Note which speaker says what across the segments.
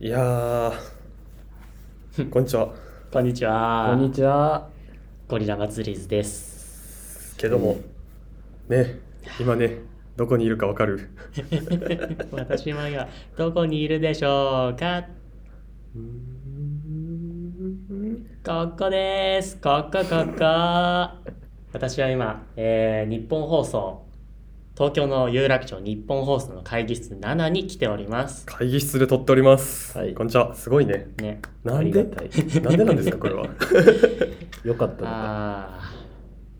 Speaker 1: いや ー、こんにちは。
Speaker 2: こんにちは。
Speaker 3: こんにちは。
Speaker 2: ゴリラ祭り ずです。
Speaker 1: けども、ね、今ね、どこにいるかわかる。
Speaker 2: 私は今どこにいるでしょうか。ここです。こ こここ。私は今、えー日本放送東京の有楽町日本放送の会議室7に来ております。
Speaker 1: 会議室で撮っております。
Speaker 3: はい
Speaker 1: こんにちは。すごいね。
Speaker 2: ね。
Speaker 1: なん
Speaker 3: あ
Speaker 1: で
Speaker 3: りがたい
Speaker 1: なんでなんですか、これは。
Speaker 3: よかったよかっ
Speaker 2: あ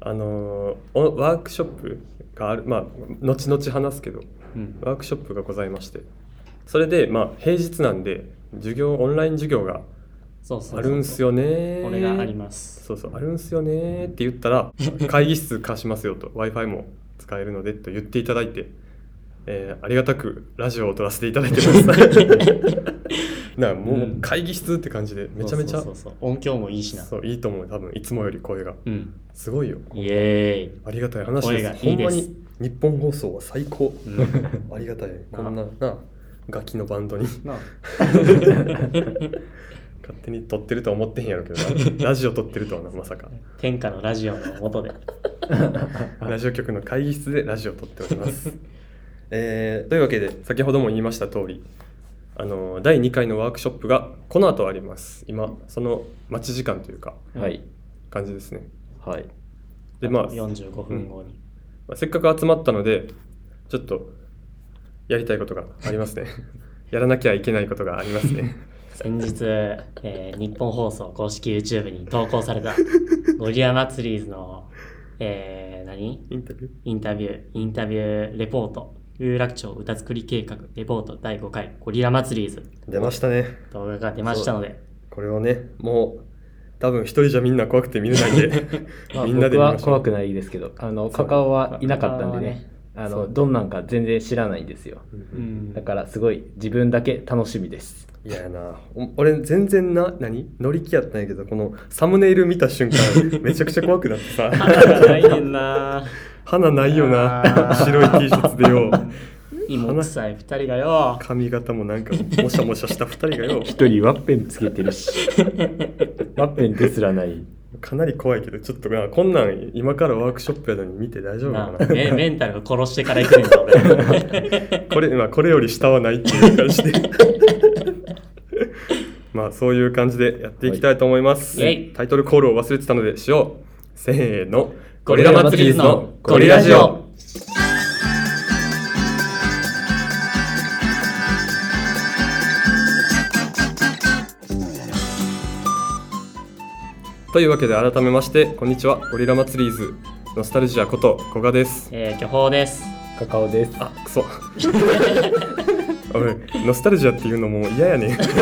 Speaker 2: あ。
Speaker 1: あのーおワークショップがある、まあ、後々話すけど、
Speaker 2: うん。
Speaker 1: ワークショップがございまして、それで、まあ、平日なんで、授業、オンライン授業が
Speaker 2: そうそうそう
Speaker 1: あるんす。よね
Speaker 2: これがあり
Speaker 1: す
Speaker 2: ます。
Speaker 1: そうそうあるんすよねーって言った ら会議室貸しますよと w i f i も使えるのでと言っていただいて、えーありがたくラジオを撮らせていただいてます なんかも
Speaker 2: う
Speaker 1: うん会議室って感じでめちゃめちゃ
Speaker 2: そうそうそうそう音響もいいしな。
Speaker 1: そういいと思う多分いつもより声が
Speaker 2: うん。
Speaker 1: すごいよ
Speaker 2: イエーイ。
Speaker 1: ありがたい話
Speaker 2: 声
Speaker 1: で
Speaker 2: が
Speaker 1: す
Speaker 2: いいです
Speaker 1: ほんまに日本放送は最高
Speaker 2: うん
Speaker 1: ありがたいこんななガキのバン ドに
Speaker 3: た。な
Speaker 1: 勝手に撮ってるとは思ってへんやろうけどなラジオ撮ってるとはなまさか
Speaker 2: 天下のラジオの 元で。
Speaker 1: ラジオ局の会議室でラジオを撮っております。 えーというわけで先ほども言いました通りあの第2回のワークショップがこの後あります今その待ち時間というか
Speaker 3: はい。
Speaker 1: 感じですね
Speaker 3: はい。
Speaker 1: でまあ
Speaker 2: 45分後に。
Speaker 1: まあせっかく集まったのでちょっとやりたいことがあります ねやらなきゃいけないことがあります ね
Speaker 2: 先日、えー日本放送公式 YouTube に投稿さ れた、ゴリラ祭りーズの、えー何
Speaker 1: インタビュー
Speaker 2: インタビュー、インタビューレポート、有楽町歌作り計画レポート第5回、ゴリラ祭りーズ
Speaker 1: 出ましたね
Speaker 2: 動画が出ましたので、
Speaker 1: これをねもう多分一人じゃみんな怖くて見れないんで
Speaker 3: ま あ、
Speaker 1: みんなで
Speaker 3: 僕
Speaker 1: 見ま
Speaker 3: は
Speaker 1: しょ
Speaker 3: 怖
Speaker 1: う
Speaker 3: くないですけど、あの、カカオはいなかったんでね、あ
Speaker 1: そ
Speaker 3: の、
Speaker 1: う
Speaker 3: どんなんか全然知らないんですよ。
Speaker 1: うん
Speaker 2: うん
Speaker 3: だから、すごい自分だけ楽しみです。
Speaker 1: いややなお俺全然な何乗り気やったんやけどこのサムネイル見た瞬間めちゃくちゃ怖くなってさ
Speaker 2: ないねんな
Speaker 1: 花ないよな
Speaker 2: あー
Speaker 1: 白い T シャツでよ
Speaker 2: 芋臭い2人がよ、
Speaker 1: 髪型もなんかもしゃもしゃした2人がよ
Speaker 3: 一人ワッペンつけてるし、 ワッペンですらない。
Speaker 1: かなり怖いけどちょっとなこんなん今からワークショップやのに見て大丈夫
Speaker 2: な
Speaker 1: かな
Speaker 2: メメンタルを殺してから行くねんぞ、俺。
Speaker 1: これ,、まあ、これより下はないっていう感 じでまあそういう感じでやっていきたいと思います、
Speaker 2: はいイェイ
Speaker 1: タイトルコールを忘れてたのでしようせーの
Speaker 2: ゴリラ祭りーズのゴリラジオ。
Speaker 1: というわけで改めましてこんにちはゴリラ祭りーズノスタルジアこと古賀です
Speaker 2: えー、巨峰です。
Speaker 3: カカオです。
Speaker 1: あクソおいノスタルジアっていうのもう嫌やねん恥ず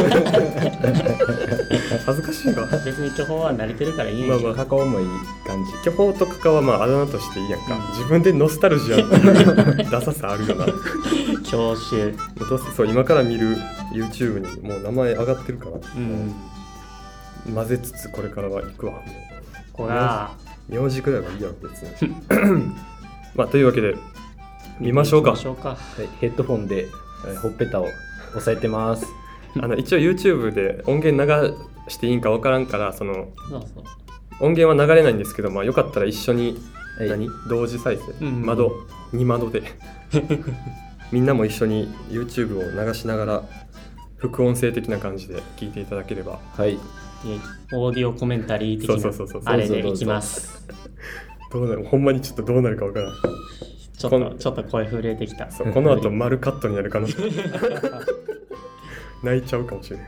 Speaker 1: かしいわ
Speaker 2: 別に巨峰は慣れてるからいいねん
Speaker 1: まあ
Speaker 2: けど
Speaker 1: まあ
Speaker 3: カカオもいい感じ。
Speaker 1: 巨峰とカカはまああだ名としていいやんか、
Speaker 2: うん
Speaker 1: 自分でノスタルジアっていうダサさあるよなも
Speaker 2: 教習。
Speaker 1: うどうせそう今から見る YouTube にもう名前上がってるから
Speaker 2: うん。
Speaker 1: 混ぜつつこれからは行くわも
Speaker 2: ここが、
Speaker 1: う名字くらいはいいやん別に まあというわけで見ましょうか
Speaker 2: 見ましょうか。
Speaker 3: はい、ヘッドフォンで、えーほっぺたを押さえてます。
Speaker 1: あの一応 YouTube で音源流していいんか分からんからその
Speaker 2: そうそう。
Speaker 1: 音源は流れないんですけど、まあ、よかったら一緒に
Speaker 3: はい
Speaker 1: 何同時再生、
Speaker 2: うん
Speaker 1: 窓2窓 でみんなも一緒に YouTube を流しながら副音声的な感じで聞いていただければ
Speaker 3: はい。
Speaker 2: イェイオーディオコメンタリー的
Speaker 1: そうそうそうそう
Speaker 2: なあれでいきます。
Speaker 1: どうなるほんまにちょっとどうなるか分からん
Speaker 2: ちょっ
Speaker 1: この
Speaker 2: と、ちょっと声震えてきた。
Speaker 1: そうこの後丸カットになる可能性 泣いちゃうかもしれない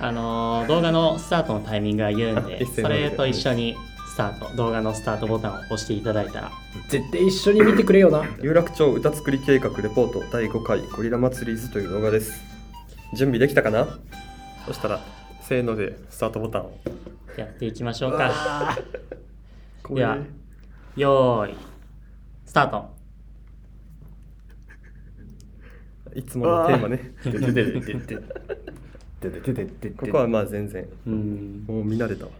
Speaker 2: あのー動画のスタートのタイミングが言うん
Speaker 1: あ
Speaker 2: で、
Speaker 1: 一斉
Speaker 2: そ
Speaker 1: にね
Speaker 2: れと一緒にスタート、動画のスタートボタンを押していただいたら、
Speaker 3: 絶対一緒に見てくれよな。
Speaker 1: 有楽町歌作り計画レポート第5回ゴリラ祭り図という動画です準備できたかなそしたらせーのでスタートボタンを
Speaker 2: やっていきましょうか。
Speaker 1: こ
Speaker 2: ではよーい、スタート。
Speaker 1: いつものテーマね
Speaker 3: ででででで で
Speaker 1: ここはまあ全然
Speaker 2: うん。
Speaker 1: もう見慣れたわ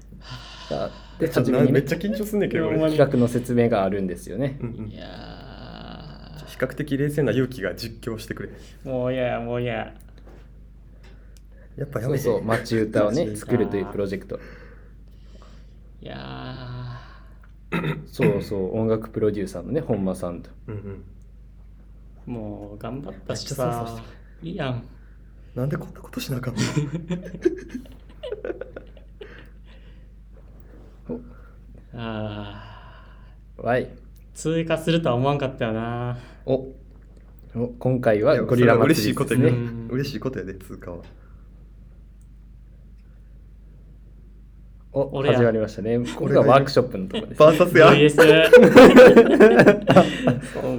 Speaker 3: さあで、
Speaker 1: ちょっ
Speaker 3: 初
Speaker 1: と
Speaker 3: めに
Speaker 1: め
Speaker 3: ね
Speaker 1: っちゃ緊張すんねんけど俺、うん
Speaker 3: 企画の説明があるんですよね。
Speaker 1: うん
Speaker 2: いや
Speaker 1: 比較的冷静な勇気が実況してくれ
Speaker 2: ー、もういや、もういや。
Speaker 1: やっぱや
Speaker 3: そう
Speaker 1: めて
Speaker 3: そう、町歌 をね、
Speaker 1: 街
Speaker 3: 作るというプロジェクト。
Speaker 2: いや
Speaker 3: そうそう、音楽プロデューサーのね、本間さんと。
Speaker 1: うんうん
Speaker 2: ーもう頑張ったし
Speaker 1: めっちゃ操
Speaker 2: さ
Speaker 1: 作し
Speaker 2: いいやん
Speaker 1: なんでこんなことしなかった
Speaker 2: あ
Speaker 3: わい。
Speaker 2: ー通過するとは思わんかったよな
Speaker 3: おお今回
Speaker 1: い
Speaker 3: は
Speaker 1: や
Speaker 3: ゴリラ
Speaker 1: それは
Speaker 3: 祭
Speaker 1: 嬉しい
Speaker 3: り
Speaker 1: こと
Speaker 3: です
Speaker 1: やけ
Speaker 2: う
Speaker 1: ど
Speaker 3: ね。
Speaker 2: ん
Speaker 1: 嬉しいことやで通貨は
Speaker 3: お
Speaker 2: 俺ら
Speaker 3: 始まりましたね。ここがワークショップのとこです。
Speaker 1: バーサスや
Speaker 2: VS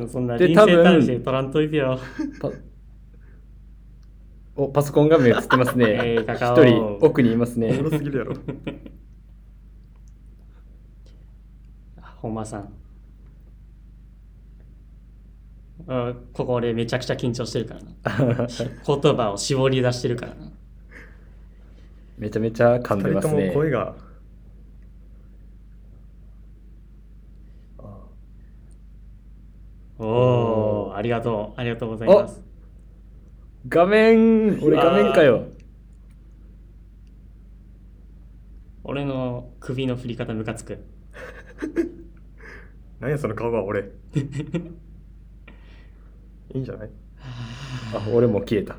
Speaker 2: そそんな
Speaker 3: で
Speaker 2: 臨
Speaker 3: 多
Speaker 2: 戦
Speaker 3: 分
Speaker 2: 態勢取らんといてよ
Speaker 3: パおパソコン画面映ってます
Speaker 2: え
Speaker 3: ね。
Speaker 2: ー高
Speaker 3: 一
Speaker 2: 尾
Speaker 3: 人奥にいます
Speaker 1: お
Speaker 3: ね
Speaker 1: も。ろすぎるやろ
Speaker 2: 本間さんあここ俺めちゃくちゃ緊張してるからな言葉を絞り出してるからな
Speaker 3: めちゃめちゃ噛んで
Speaker 1: 二人
Speaker 3: ま
Speaker 1: と
Speaker 3: す
Speaker 1: も
Speaker 3: ね。
Speaker 1: 声があ
Speaker 2: お
Speaker 3: お
Speaker 2: おありがとうありがとうございます
Speaker 3: 画面俺画面かよ。
Speaker 2: 俺の首の振り方ムカつく
Speaker 1: 何やその顔は俺いいんじゃない
Speaker 3: あ俺も消えた。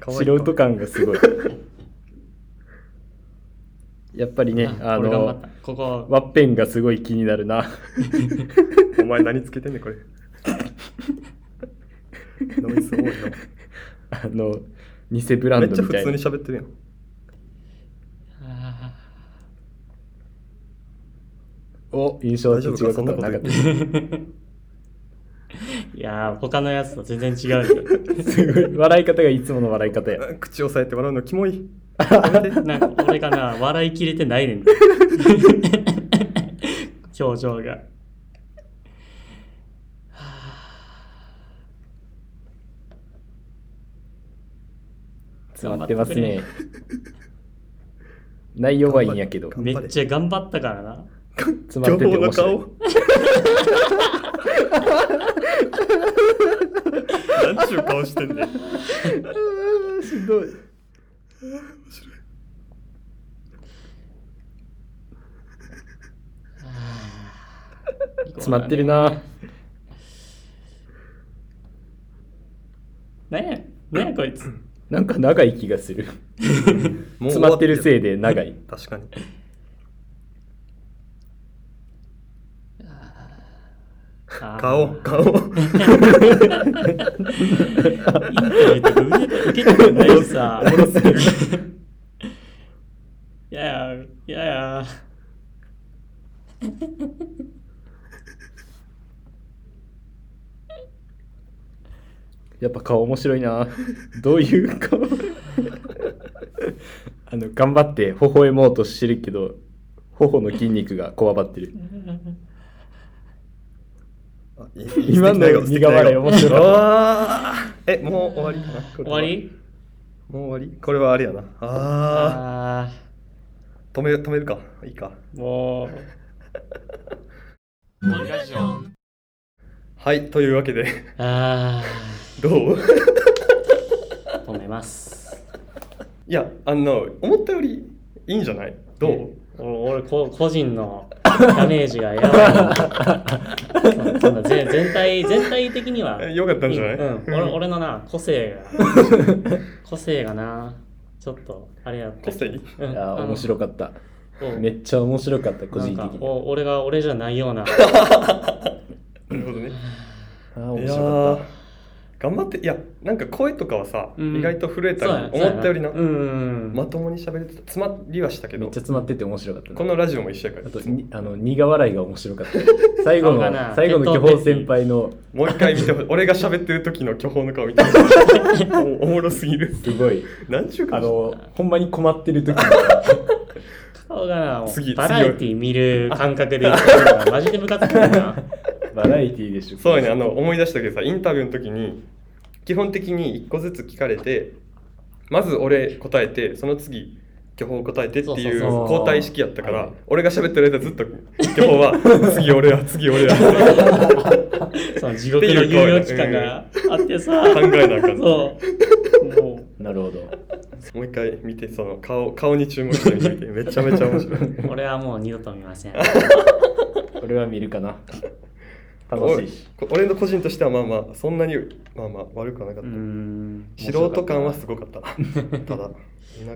Speaker 1: 可愛
Speaker 3: 素
Speaker 1: い顔
Speaker 3: 人感が すごい。やっぱりね、
Speaker 2: あ
Speaker 3: あ
Speaker 2: これ頑張っ
Speaker 3: の
Speaker 2: た、ここ
Speaker 3: ワッペンがすごい気になるな。
Speaker 1: お前何つけてんねんこれ ノイズ多いな
Speaker 3: あの、偽ブラ
Speaker 1: めっ
Speaker 3: ン
Speaker 1: ち
Speaker 3: ド
Speaker 1: ゃ普
Speaker 3: みたい
Speaker 1: 通
Speaker 3: な
Speaker 1: に。喋ってるやん
Speaker 2: あ
Speaker 3: お印象
Speaker 1: 大
Speaker 3: と
Speaker 1: 丈夫
Speaker 3: 違
Speaker 1: か
Speaker 3: うこ
Speaker 1: そんな
Speaker 3: とは
Speaker 1: こ
Speaker 3: な
Speaker 1: と
Speaker 3: か
Speaker 1: 言
Speaker 3: っ
Speaker 1: ったて。
Speaker 2: ーいやー他のやつと全然違うね
Speaker 3: すごい笑い方がいつもの笑い方や。
Speaker 1: 口押さえて笑うのキ モい
Speaker 2: なんか俺がな笑いきれてないねん 表情が
Speaker 3: 詰まってますね。内容はいいんやけど、
Speaker 1: 頑
Speaker 2: めっちゃ頑張ったからな
Speaker 3: 詰まってて面白い
Speaker 1: 巨。峰の顔なんちゅう顔してんねん
Speaker 3: うーんしんどい。詰まってるな。
Speaker 2: なんやなんやこいつ
Speaker 3: なんか長い気がする。
Speaker 1: もう終
Speaker 3: 詰
Speaker 1: わ
Speaker 3: まってるせいで長い。
Speaker 1: 確かに
Speaker 2: あー
Speaker 1: 顔 顔
Speaker 2: インタビューとか受けた受けたことないしさ
Speaker 1: おもろすぎる
Speaker 2: いやいやいやいや
Speaker 3: やっぱ顔面白いな。どういう顔あの、頑張って微笑もうとしてるけど、頬の筋肉がこわばってる。
Speaker 1: あいいいい
Speaker 3: 今の
Speaker 1: 素敵な笑顔
Speaker 3: 苦笑い面白かった
Speaker 1: あーえもう終わりかなこれ
Speaker 2: 終
Speaker 1: は
Speaker 2: わり
Speaker 1: もう終わりこれはあれやなあ
Speaker 2: あ
Speaker 1: ー止め止めるかいいか
Speaker 2: あもう
Speaker 1: はいというわけで
Speaker 2: あ
Speaker 1: どう
Speaker 2: あ止めます
Speaker 1: いやあの思ったよりいいんじゃないどう
Speaker 2: 俺俺こ個人のダメージがやばいそんなそんな全全体全体的には
Speaker 1: えよかったんじゃない
Speaker 2: うん、
Speaker 1: うん
Speaker 2: 俺俺のな個性が 個性がなちょっとあれやった
Speaker 1: 個性
Speaker 2: うん
Speaker 3: いや
Speaker 2: あの
Speaker 3: ー、面白かった。
Speaker 2: うん
Speaker 3: めっちゃ面白かった、個人
Speaker 2: なん
Speaker 3: 的
Speaker 2: か
Speaker 3: に。
Speaker 2: お俺が俺じゃな いよう
Speaker 1: な
Speaker 2: な
Speaker 1: るほどね
Speaker 3: あー、面
Speaker 1: いや
Speaker 3: 白か
Speaker 1: ー
Speaker 3: った。
Speaker 1: 頑張っていやなんか声とかはさ、
Speaker 2: うん
Speaker 1: 意外と震えた
Speaker 2: そうやな
Speaker 1: り思ったよりな、
Speaker 2: そうやうん
Speaker 1: まともに喋れてた詰まりはしたけ
Speaker 3: め
Speaker 1: ど
Speaker 3: っちゃ詰まってて面白かったな
Speaker 1: このラジオも一緒やから
Speaker 3: あと
Speaker 1: いつも
Speaker 3: にあの苦笑いが面白かった最後
Speaker 2: 顔がな
Speaker 3: の最後の巨峰先輩の
Speaker 1: もう一回見てほし い俺が喋ってる時の巨峰の顔見てほしいおおもろすぎる
Speaker 3: すごい
Speaker 1: なんちゅうか
Speaker 3: あのほんまに困ってる時の
Speaker 2: 顔がなもう
Speaker 1: 次
Speaker 2: バラエティ見る感覚で言ってるからマジでムカつくよ な
Speaker 3: バラエティーでしょ
Speaker 1: そうやねあの思い出したけどさインタビューの時に基本的に一個ずつ聞かれてまず俺答えてその次巨峰答えてっていう
Speaker 2: そうそうそう
Speaker 1: 交代式やったから、
Speaker 3: はい
Speaker 1: 俺が喋ってる間ずっと巨峰は次俺は次俺はって
Speaker 2: その地獄の猶予期間があってさ、
Speaker 1: 考えなあかん
Speaker 2: そう。もう
Speaker 3: なるほど。
Speaker 1: もう一回見てその顔顔に注目して見てみてめちゃめちゃ面白い
Speaker 2: 俺はもう二度と見ません。
Speaker 3: 俺は見るかな。楽しいし。
Speaker 1: お俺の個人としてはまあまあそんなにまあまあ悪くはなかっ
Speaker 2: う
Speaker 1: た、
Speaker 2: ん。
Speaker 1: 素人感はすごかったなただ田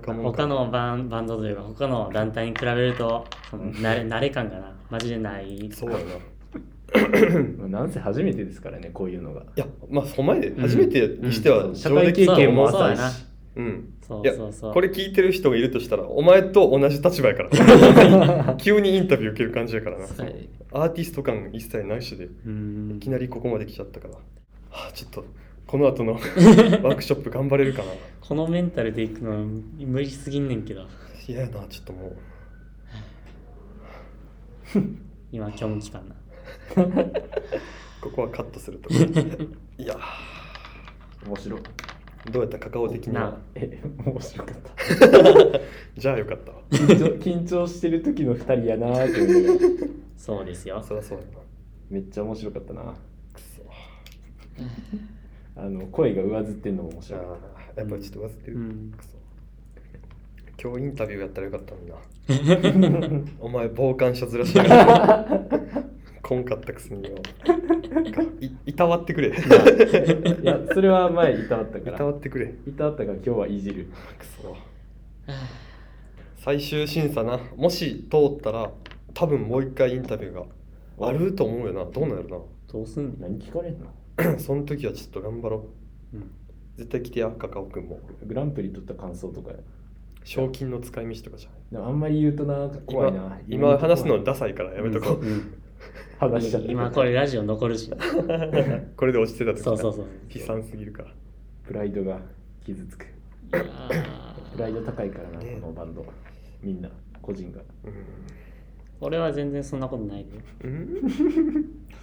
Speaker 1: 舎者
Speaker 2: 他のバンバンドというか他の団体に比べるとその慣れ慣れ感がなマジでない
Speaker 1: そうやない
Speaker 3: なんせ初めてですからね、こういうのが。
Speaker 1: やまあその前で初めてにして
Speaker 3: う
Speaker 1: は
Speaker 3: ん社会
Speaker 1: 上
Speaker 3: 経
Speaker 1: 出来
Speaker 3: 験も
Speaker 1: と
Speaker 2: そう
Speaker 1: 思う
Speaker 3: 浅
Speaker 2: や
Speaker 3: い
Speaker 2: な
Speaker 3: し。
Speaker 1: うん
Speaker 2: そ
Speaker 1: いうや
Speaker 2: そうそう
Speaker 1: これ聞いてる人がいるとしたらお前と同じ立場やから 急にインタビュー受ける感じやからな
Speaker 2: はい
Speaker 1: アーティスト感一切ないしでいうき
Speaker 2: ん
Speaker 1: なりここまで来ちゃったから、はあ、ちょっとこの 後のワークショップ頑張れるかな
Speaker 2: このメンタルで行くの無理すぎんねんけど
Speaker 1: 嫌やなちょっともう
Speaker 2: 今虚無期間な
Speaker 1: ここはカットする とこいや
Speaker 3: 面白い。
Speaker 1: どうやったカカオ的には
Speaker 2: な
Speaker 3: え、面白かった。
Speaker 1: じゃあよかったわ
Speaker 3: 緊張 緊張してる時の二人やなーって思う
Speaker 2: そうですよ
Speaker 1: そりゃそうやな
Speaker 3: めっちゃ面白かったな
Speaker 1: くそ
Speaker 3: あの声が上ずってんのも面
Speaker 1: じ
Speaker 3: 白
Speaker 1: ゃ
Speaker 3: い
Speaker 1: あやっぱりちょっと忘れてる、
Speaker 2: うん
Speaker 1: くそ今日インタビューやったらよかったのになお前傍観者ずらしやがってこんかったくすみよ いいたわってくれ
Speaker 3: いやそれは前いたわった
Speaker 1: い
Speaker 3: か
Speaker 1: た
Speaker 3: ら
Speaker 1: わってくれ
Speaker 3: いたわったから今日はいじる
Speaker 1: くそ最終審査なもし通ったら多分もう一回インタビューがあると思うよなどうなんやろ
Speaker 2: どうすんねん、
Speaker 3: 何聞かれんの
Speaker 1: な その時はちょっと頑張ろう
Speaker 2: うん
Speaker 1: 絶対来てやカカオくんも
Speaker 3: グランプリ取った感想とか
Speaker 1: 賞金の使い道とかじゃん
Speaker 3: でもあんまり言うとなんか怖いな
Speaker 1: 今今話すのダサいからやめとこう、
Speaker 3: 話しちゃった
Speaker 2: 今これラジオ残 るし
Speaker 1: これで落ちてた時な
Speaker 2: そうそうそう
Speaker 1: 悲惨すぎるから
Speaker 3: プライドが傷つく
Speaker 2: いやー
Speaker 3: プライド高いからなこ
Speaker 1: ね
Speaker 3: のバンドみんな個人が
Speaker 2: 俺は全然そんなことないで
Speaker 1: うん、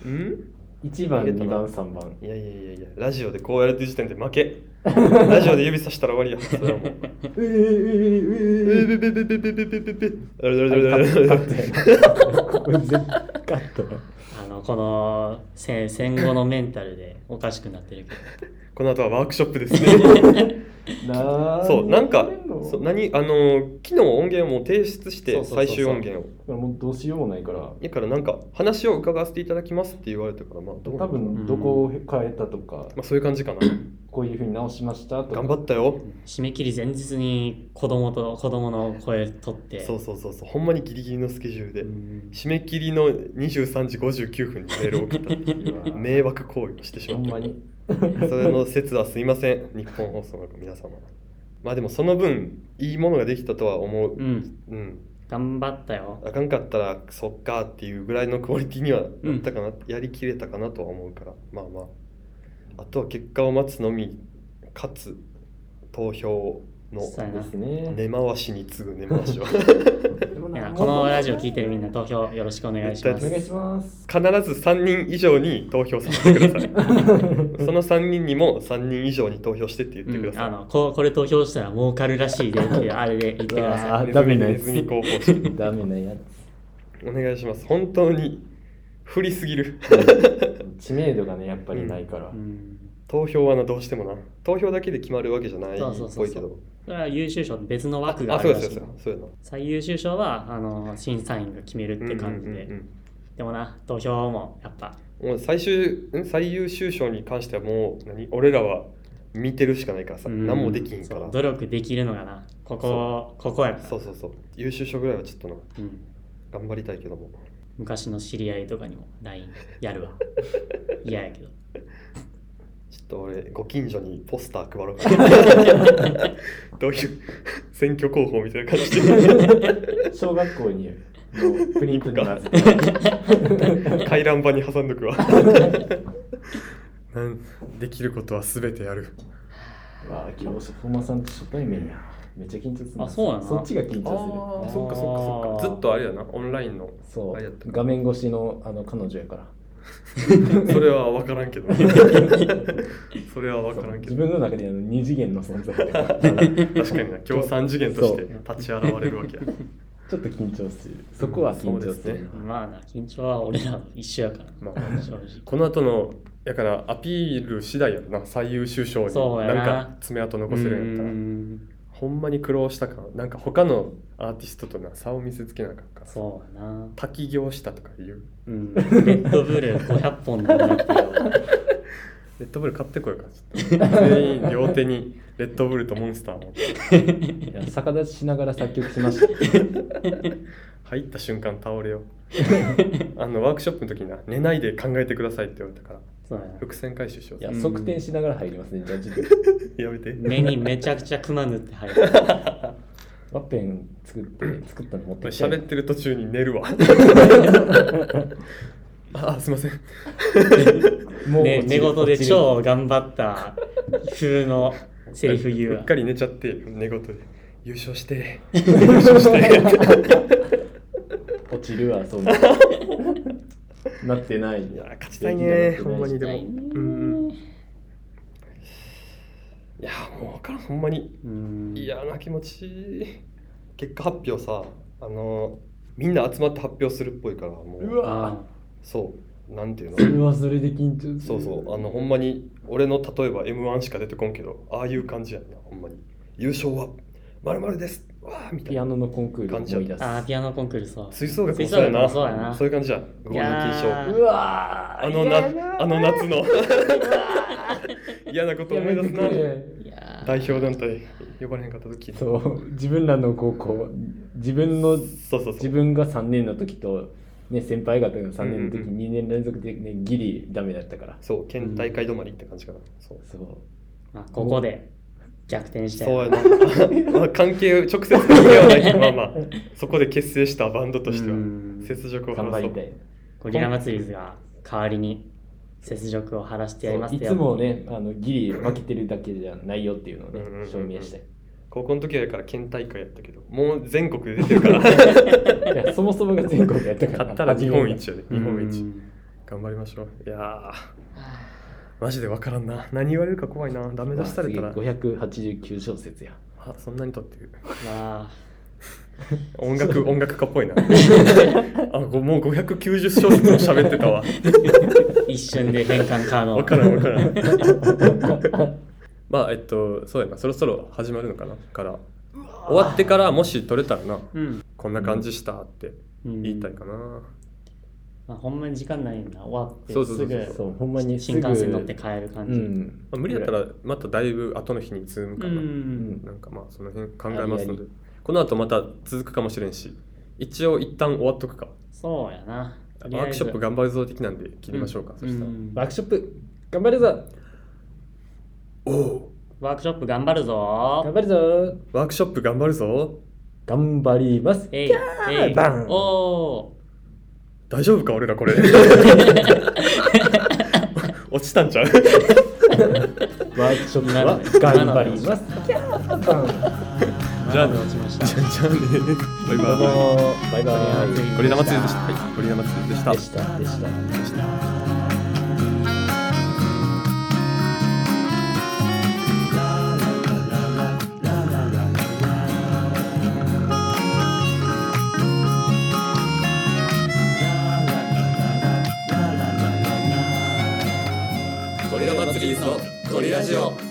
Speaker 1: うん
Speaker 3: 1番
Speaker 1: 逃げた
Speaker 3: 2
Speaker 1: な
Speaker 3: 番3番
Speaker 1: いやいやいやいやラジオでこうやるって時点で負 けラジオで指さしたら終わりやそれはもう
Speaker 3: うえうえうえうえうえ
Speaker 1: ベベベベベベベベベあれあ
Speaker 3: カ
Speaker 1: れあれあれあれ
Speaker 3: ットこれ絶対カット
Speaker 2: あのこの戦戦後のメンタルでおかしくなってるけど
Speaker 1: この後はワークショップです ね
Speaker 3: な
Speaker 1: そうなんかそう
Speaker 3: な
Speaker 1: 何あの昨日音源を提出し
Speaker 2: そ
Speaker 1: て
Speaker 2: うそうそうそう
Speaker 1: 最終音源を
Speaker 3: もうどうしようもないから
Speaker 1: だからなんか話を伺わせていただきますって言われたからまあどうなのか
Speaker 3: 多
Speaker 1: な
Speaker 3: 分どこを変えたとか、
Speaker 1: まあそういう感じか な
Speaker 3: こういうふうに直しましたとか
Speaker 1: 頑張ったよ
Speaker 2: 締め切り前日に子供と子供の声取って
Speaker 1: そうそうそうそうほんまにギリギリのスケジュールで
Speaker 2: うん
Speaker 1: 締め切りの23時59分にメールを送った
Speaker 3: うわー
Speaker 1: 迷惑行為をしてし
Speaker 3: ほ
Speaker 1: まっ
Speaker 3: んま
Speaker 1: た
Speaker 3: に
Speaker 1: それの説はすいません日本放送の皆様まあでもその分いいものができたとは思う
Speaker 2: うん
Speaker 1: うん
Speaker 2: 頑張ったよ
Speaker 1: あかんかったらそっかっていうぐらいのクオリティにはなったかな、やりきれたかなとは思うからまあまああとは結果を待つのみかつ投票の
Speaker 2: そうやな
Speaker 3: ですね
Speaker 1: 根回しに次ぐ根回しは
Speaker 3: でも
Speaker 2: いや
Speaker 3: な
Speaker 2: このラジオ聞いてるみんな投票よろしくお願いしま
Speaker 3: お
Speaker 2: す
Speaker 3: 願いします
Speaker 1: 必ず3人以上に投票させてく ださいその3人にも3人以上に投票してって言ってくだ
Speaker 2: うん、
Speaker 1: さ
Speaker 2: あのここれ投票したら儲かるらしいでっていうあれで言ってくだ
Speaker 3: うわ
Speaker 2: さ
Speaker 1: い、
Speaker 3: あ
Speaker 1: ネズ
Speaker 3: ダメ
Speaker 1: ミ
Speaker 3: な
Speaker 1: ネ
Speaker 3: やつ
Speaker 1: ズミ広報誌
Speaker 3: ダメなやつ
Speaker 1: お願いします本当に振りすぎる
Speaker 3: 知名度がねやっぱりないから、
Speaker 2: い、うん、
Speaker 1: 投票はなどうしてもな投票だけで決まるわけじゃないっ
Speaker 2: そうそうそ
Speaker 1: ぽ
Speaker 2: う
Speaker 1: いけ
Speaker 2: そう
Speaker 1: ど
Speaker 2: それは優秀賞と別の枠が
Speaker 1: あ
Speaker 2: あ
Speaker 1: そう
Speaker 2: る
Speaker 1: で
Speaker 2: ら
Speaker 1: すそ
Speaker 2: しいう
Speaker 1: ですそうやな
Speaker 2: 最優秀賞はあの審査員が決めるって感じで、
Speaker 1: うんうんうんうん
Speaker 2: でもな投票もやっぱ
Speaker 1: もう最終ん最優秀賞に関してはもう何俺らは見てるしかないからさ、
Speaker 2: うん
Speaker 1: 何もできひんから
Speaker 2: そう努力できるのがなここここやから
Speaker 1: そうそうそう優秀賞ぐらいはちょっとな
Speaker 2: うん、
Speaker 1: 頑張りたいけども
Speaker 2: 昔の知り合いとかにも LINE やるわ嫌やけど
Speaker 1: ちょっと俺ご近所にポスター配ろうか などういう 選挙候補みたいな感じで
Speaker 3: 小学校にプリントになって
Speaker 1: 回覧板に挟んどくわなんできることは全てやる
Speaker 3: わあ今日本間さんと初対面やめっちゃ緊張する
Speaker 2: あそうやな
Speaker 3: そっちが緊張
Speaker 1: あそっかそっかそっかずっとあれやなオンラインの
Speaker 3: するそ
Speaker 1: あれやっ
Speaker 3: う
Speaker 1: た
Speaker 3: 画面越しのあの彼女やから
Speaker 1: それは分からんけどそれは分からんけ
Speaker 3: 自
Speaker 1: ど
Speaker 3: 分の中であの二次元の存在で
Speaker 1: 確かにな今日3次元として
Speaker 3: そう
Speaker 1: 立ち現れるわけや
Speaker 3: ちょっと緊張するそこは緊張す
Speaker 1: そうです
Speaker 3: る
Speaker 1: ね
Speaker 2: まあな、緊張は俺らの一緒やから。
Speaker 1: まあ
Speaker 2: 正直。
Speaker 1: この後のやからアピール次第やろな最優秀賞に
Speaker 2: そうや
Speaker 1: な
Speaker 2: なん
Speaker 1: か爪痕残せるんやったら
Speaker 2: うん
Speaker 1: ほんまに苦労したかなんか他のアーティストとな差を見せつけなあかんから
Speaker 2: そうやな。
Speaker 1: 滝行したとか言う
Speaker 2: うん。レッドブル500本だなっていう。
Speaker 1: レッドブル買ってこようかちょっと全員両手にレッドブルとモンスター持って
Speaker 3: いや逆立ちしながら作曲しました
Speaker 1: 入った瞬間倒れようあのワークショップの時にな寝ないで考えてくださいって言われたから
Speaker 2: そうやな。
Speaker 1: 伏線回収しよう
Speaker 3: いや
Speaker 1: や
Speaker 3: 測定しながら入りますねじゃあちょっと
Speaker 1: めて
Speaker 2: 目にめちゃくちゃクマ塗って入る。
Speaker 3: ワッペン作って作ったの持ってきて
Speaker 1: 喋ってる途中に寝 るわああすいません
Speaker 3: もう
Speaker 2: ね、
Speaker 3: 落ち
Speaker 2: 寝
Speaker 3: る
Speaker 2: 言で
Speaker 3: 落ちる
Speaker 2: 超頑張った風のセリフ言う
Speaker 1: うっ
Speaker 2: わ
Speaker 1: か。り寝ちゃって寝言で優勝して優勝して
Speaker 3: 落ちるわそんななってない
Speaker 1: いやー勝ちたいねほんまにでもうんうんいやーもう分からんほんまに
Speaker 2: うん。
Speaker 1: 嫌な気持ちいい結果発表さあのーみんな集まって発表するっぽいからもう
Speaker 3: うわ
Speaker 2: あ
Speaker 1: そうなんていうの
Speaker 3: それはそれで緊張する
Speaker 1: そうそうあのほんまに俺の例えば m 1しか出てこんけどああいう感じやんなほんまに優勝はまるまるですわあみたい
Speaker 3: ピア
Speaker 1: な
Speaker 3: ノのコンクールを思い出す
Speaker 2: あー、ピアノコンクールそう。
Speaker 1: 吹奏楽も
Speaker 2: 吹
Speaker 1: そう
Speaker 2: 奏
Speaker 1: や
Speaker 2: 楽
Speaker 1: な
Speaker 2: もそうやな。
Speaker 1: そういう感じやんご
Speaker 2: いやー
Speaker 1: 賞
Speaker 2: ノ
Speaker 3: うわー
Speaker 1: あの
Speaker 3: 嫌
Speaker 1: な
Speaker 3: やな
Speaker 1: あの夏 の嫌なこと
Speaker 3: や
Speaker 1: 思
Speaker 3: め
Speaker 1: い出
Speaker 3: て
Speaker 1: す
Speaker 3: く
Speaker 1: な
Speaker 3: れ
Speaker 2: いやー
Speaker 1: 代表団体呼ばれへんかった時そう
Speaker 3: そう自分らの高校自分の
Speaker 1: そうそう
Speaker 3: 自分が3年の時と、ね、先輩方が3年の時
Speaker 1: うんうん
Speaker 3: 2年連続で、ね、ギリダメだったから
Speaker 1: そう県大会止まりって感じかなそう
Speaker 3: そう
Speaker 2: まあ、ここで逆転して。
Speaker 1: そうやなまあ関係直接的ではないけどまあまあそこで結成したバンドとしては
Speaker 2: うん
Speaker 1: 雪辱を晴
Speaker 3: 頑
Speaker 1: ら
Speaker 3: 張
Speaker 1: そ
Speaker 3: り
Speaker 1: う
Speaker 3: たい
Speaker 2: ゴリラ祭りズが代わりに雪辱を晴らしてやります
Speaker 3: そういつもねあのギリ負けてるだけじゃないよっていうのを、ね
Speaker 1: うんうんうん
Speaker 3: 証明したい
Speaker 1: 高校の時はだから県大会やったけどもう全国で出てるから
Speaker 3: いやそもそもが全国やったから
Speaker 1: 勝ったら日本一やで
Speaker 2: うん
Speaker 1: 日本一頑張りましょういやー
Speaker 2: は
Speaker 1: マジで分からんな何言われるか怖いなダメ出しされたら
Speaker 3: 次589小節や
Speaker 1: あそんなにとってる
Speaker 2: あまあ、
Speaker 1: 音楽 音楽家っぽいなあごもう590小節も喋ってたわ
Speaker 2: 一瞬で変換可能。
Speaker 1: 分からん分からん まあえっとそうやなそろそろ始まるのかなから終わってからもし取れたらな
Speaker 2: うん。
Speaker 1: こんな感じしたって
Speaker 2: うん
Speaker 1: 言いたいかな、
Speaker 2: まあ、ほんまに時間ないんだ。終わって
Speaker 1: そうそう
Speaker 2: す
Speaker 1: そうそう
Speaker 2: ぐ
Speaker 3: そうほんまにす
Speaker 2: 新
Speaker 3: ぐ
Speaker 2: 幹線乗って帰る感
Speaker 3: う
Speaker 2: じ。
Speaker 3: ん
Speaker 1: まあ、無理やったらまただいぶ後の日にズームか
Speaker 2: う
Speaker 1: な、
Speaker 2: ん。
Speaker 1: なんかまあその辺考えますの
Speaker 3: やり
Speaker 1: で
Speaker 3: や
Speaker 1: この後また続くかもしれんし一応一旦終わっとくか
Speaker 2: そうやな。と
Speaker 1: ワー
Speaker 2: りあえず
Speaker 1: クショップ頑張るぞ的なんで切りましょうか、そしたら、
Speaker 2: ん
Speaker 3: ワークショップ頑張るぞ
Speaker 1: おお
Speaker 2: ワークショップ頑張る
Speaker 3: 頑
Speaker 2: ぞ
Speaker 3: 張るぞ
Speaker 1: ワークショップ頑張るぞ
Speaker 3: 頑張ります
Speaker 2: えい
Speaker 3: キャー
Speaker 2: えい
Speaker 3: バン
Speaker 2: おー
Speaker 1: 大丈夫か俺らこれ落ちたんちゃう
Speaker 3: ワークショップは
Speaker 2: 今
Speaker 3: 頑
Speaker 2: の
Speaker 3: 張りますキャーバン
Speaker 1: じゃあ
Speaker 2: まだ落ちました。
Speaker 1: じゃあねバイ
Speaker 3: どう
Speaker 1: バイ
Speaker 3: もバイバイ
Speaker 1: ゴリラ祭りでした、はい、ゴリラ祭りでした
Speaker 3: でしたでした
Speaker 1: ゴリラ祭りのゴリラジオ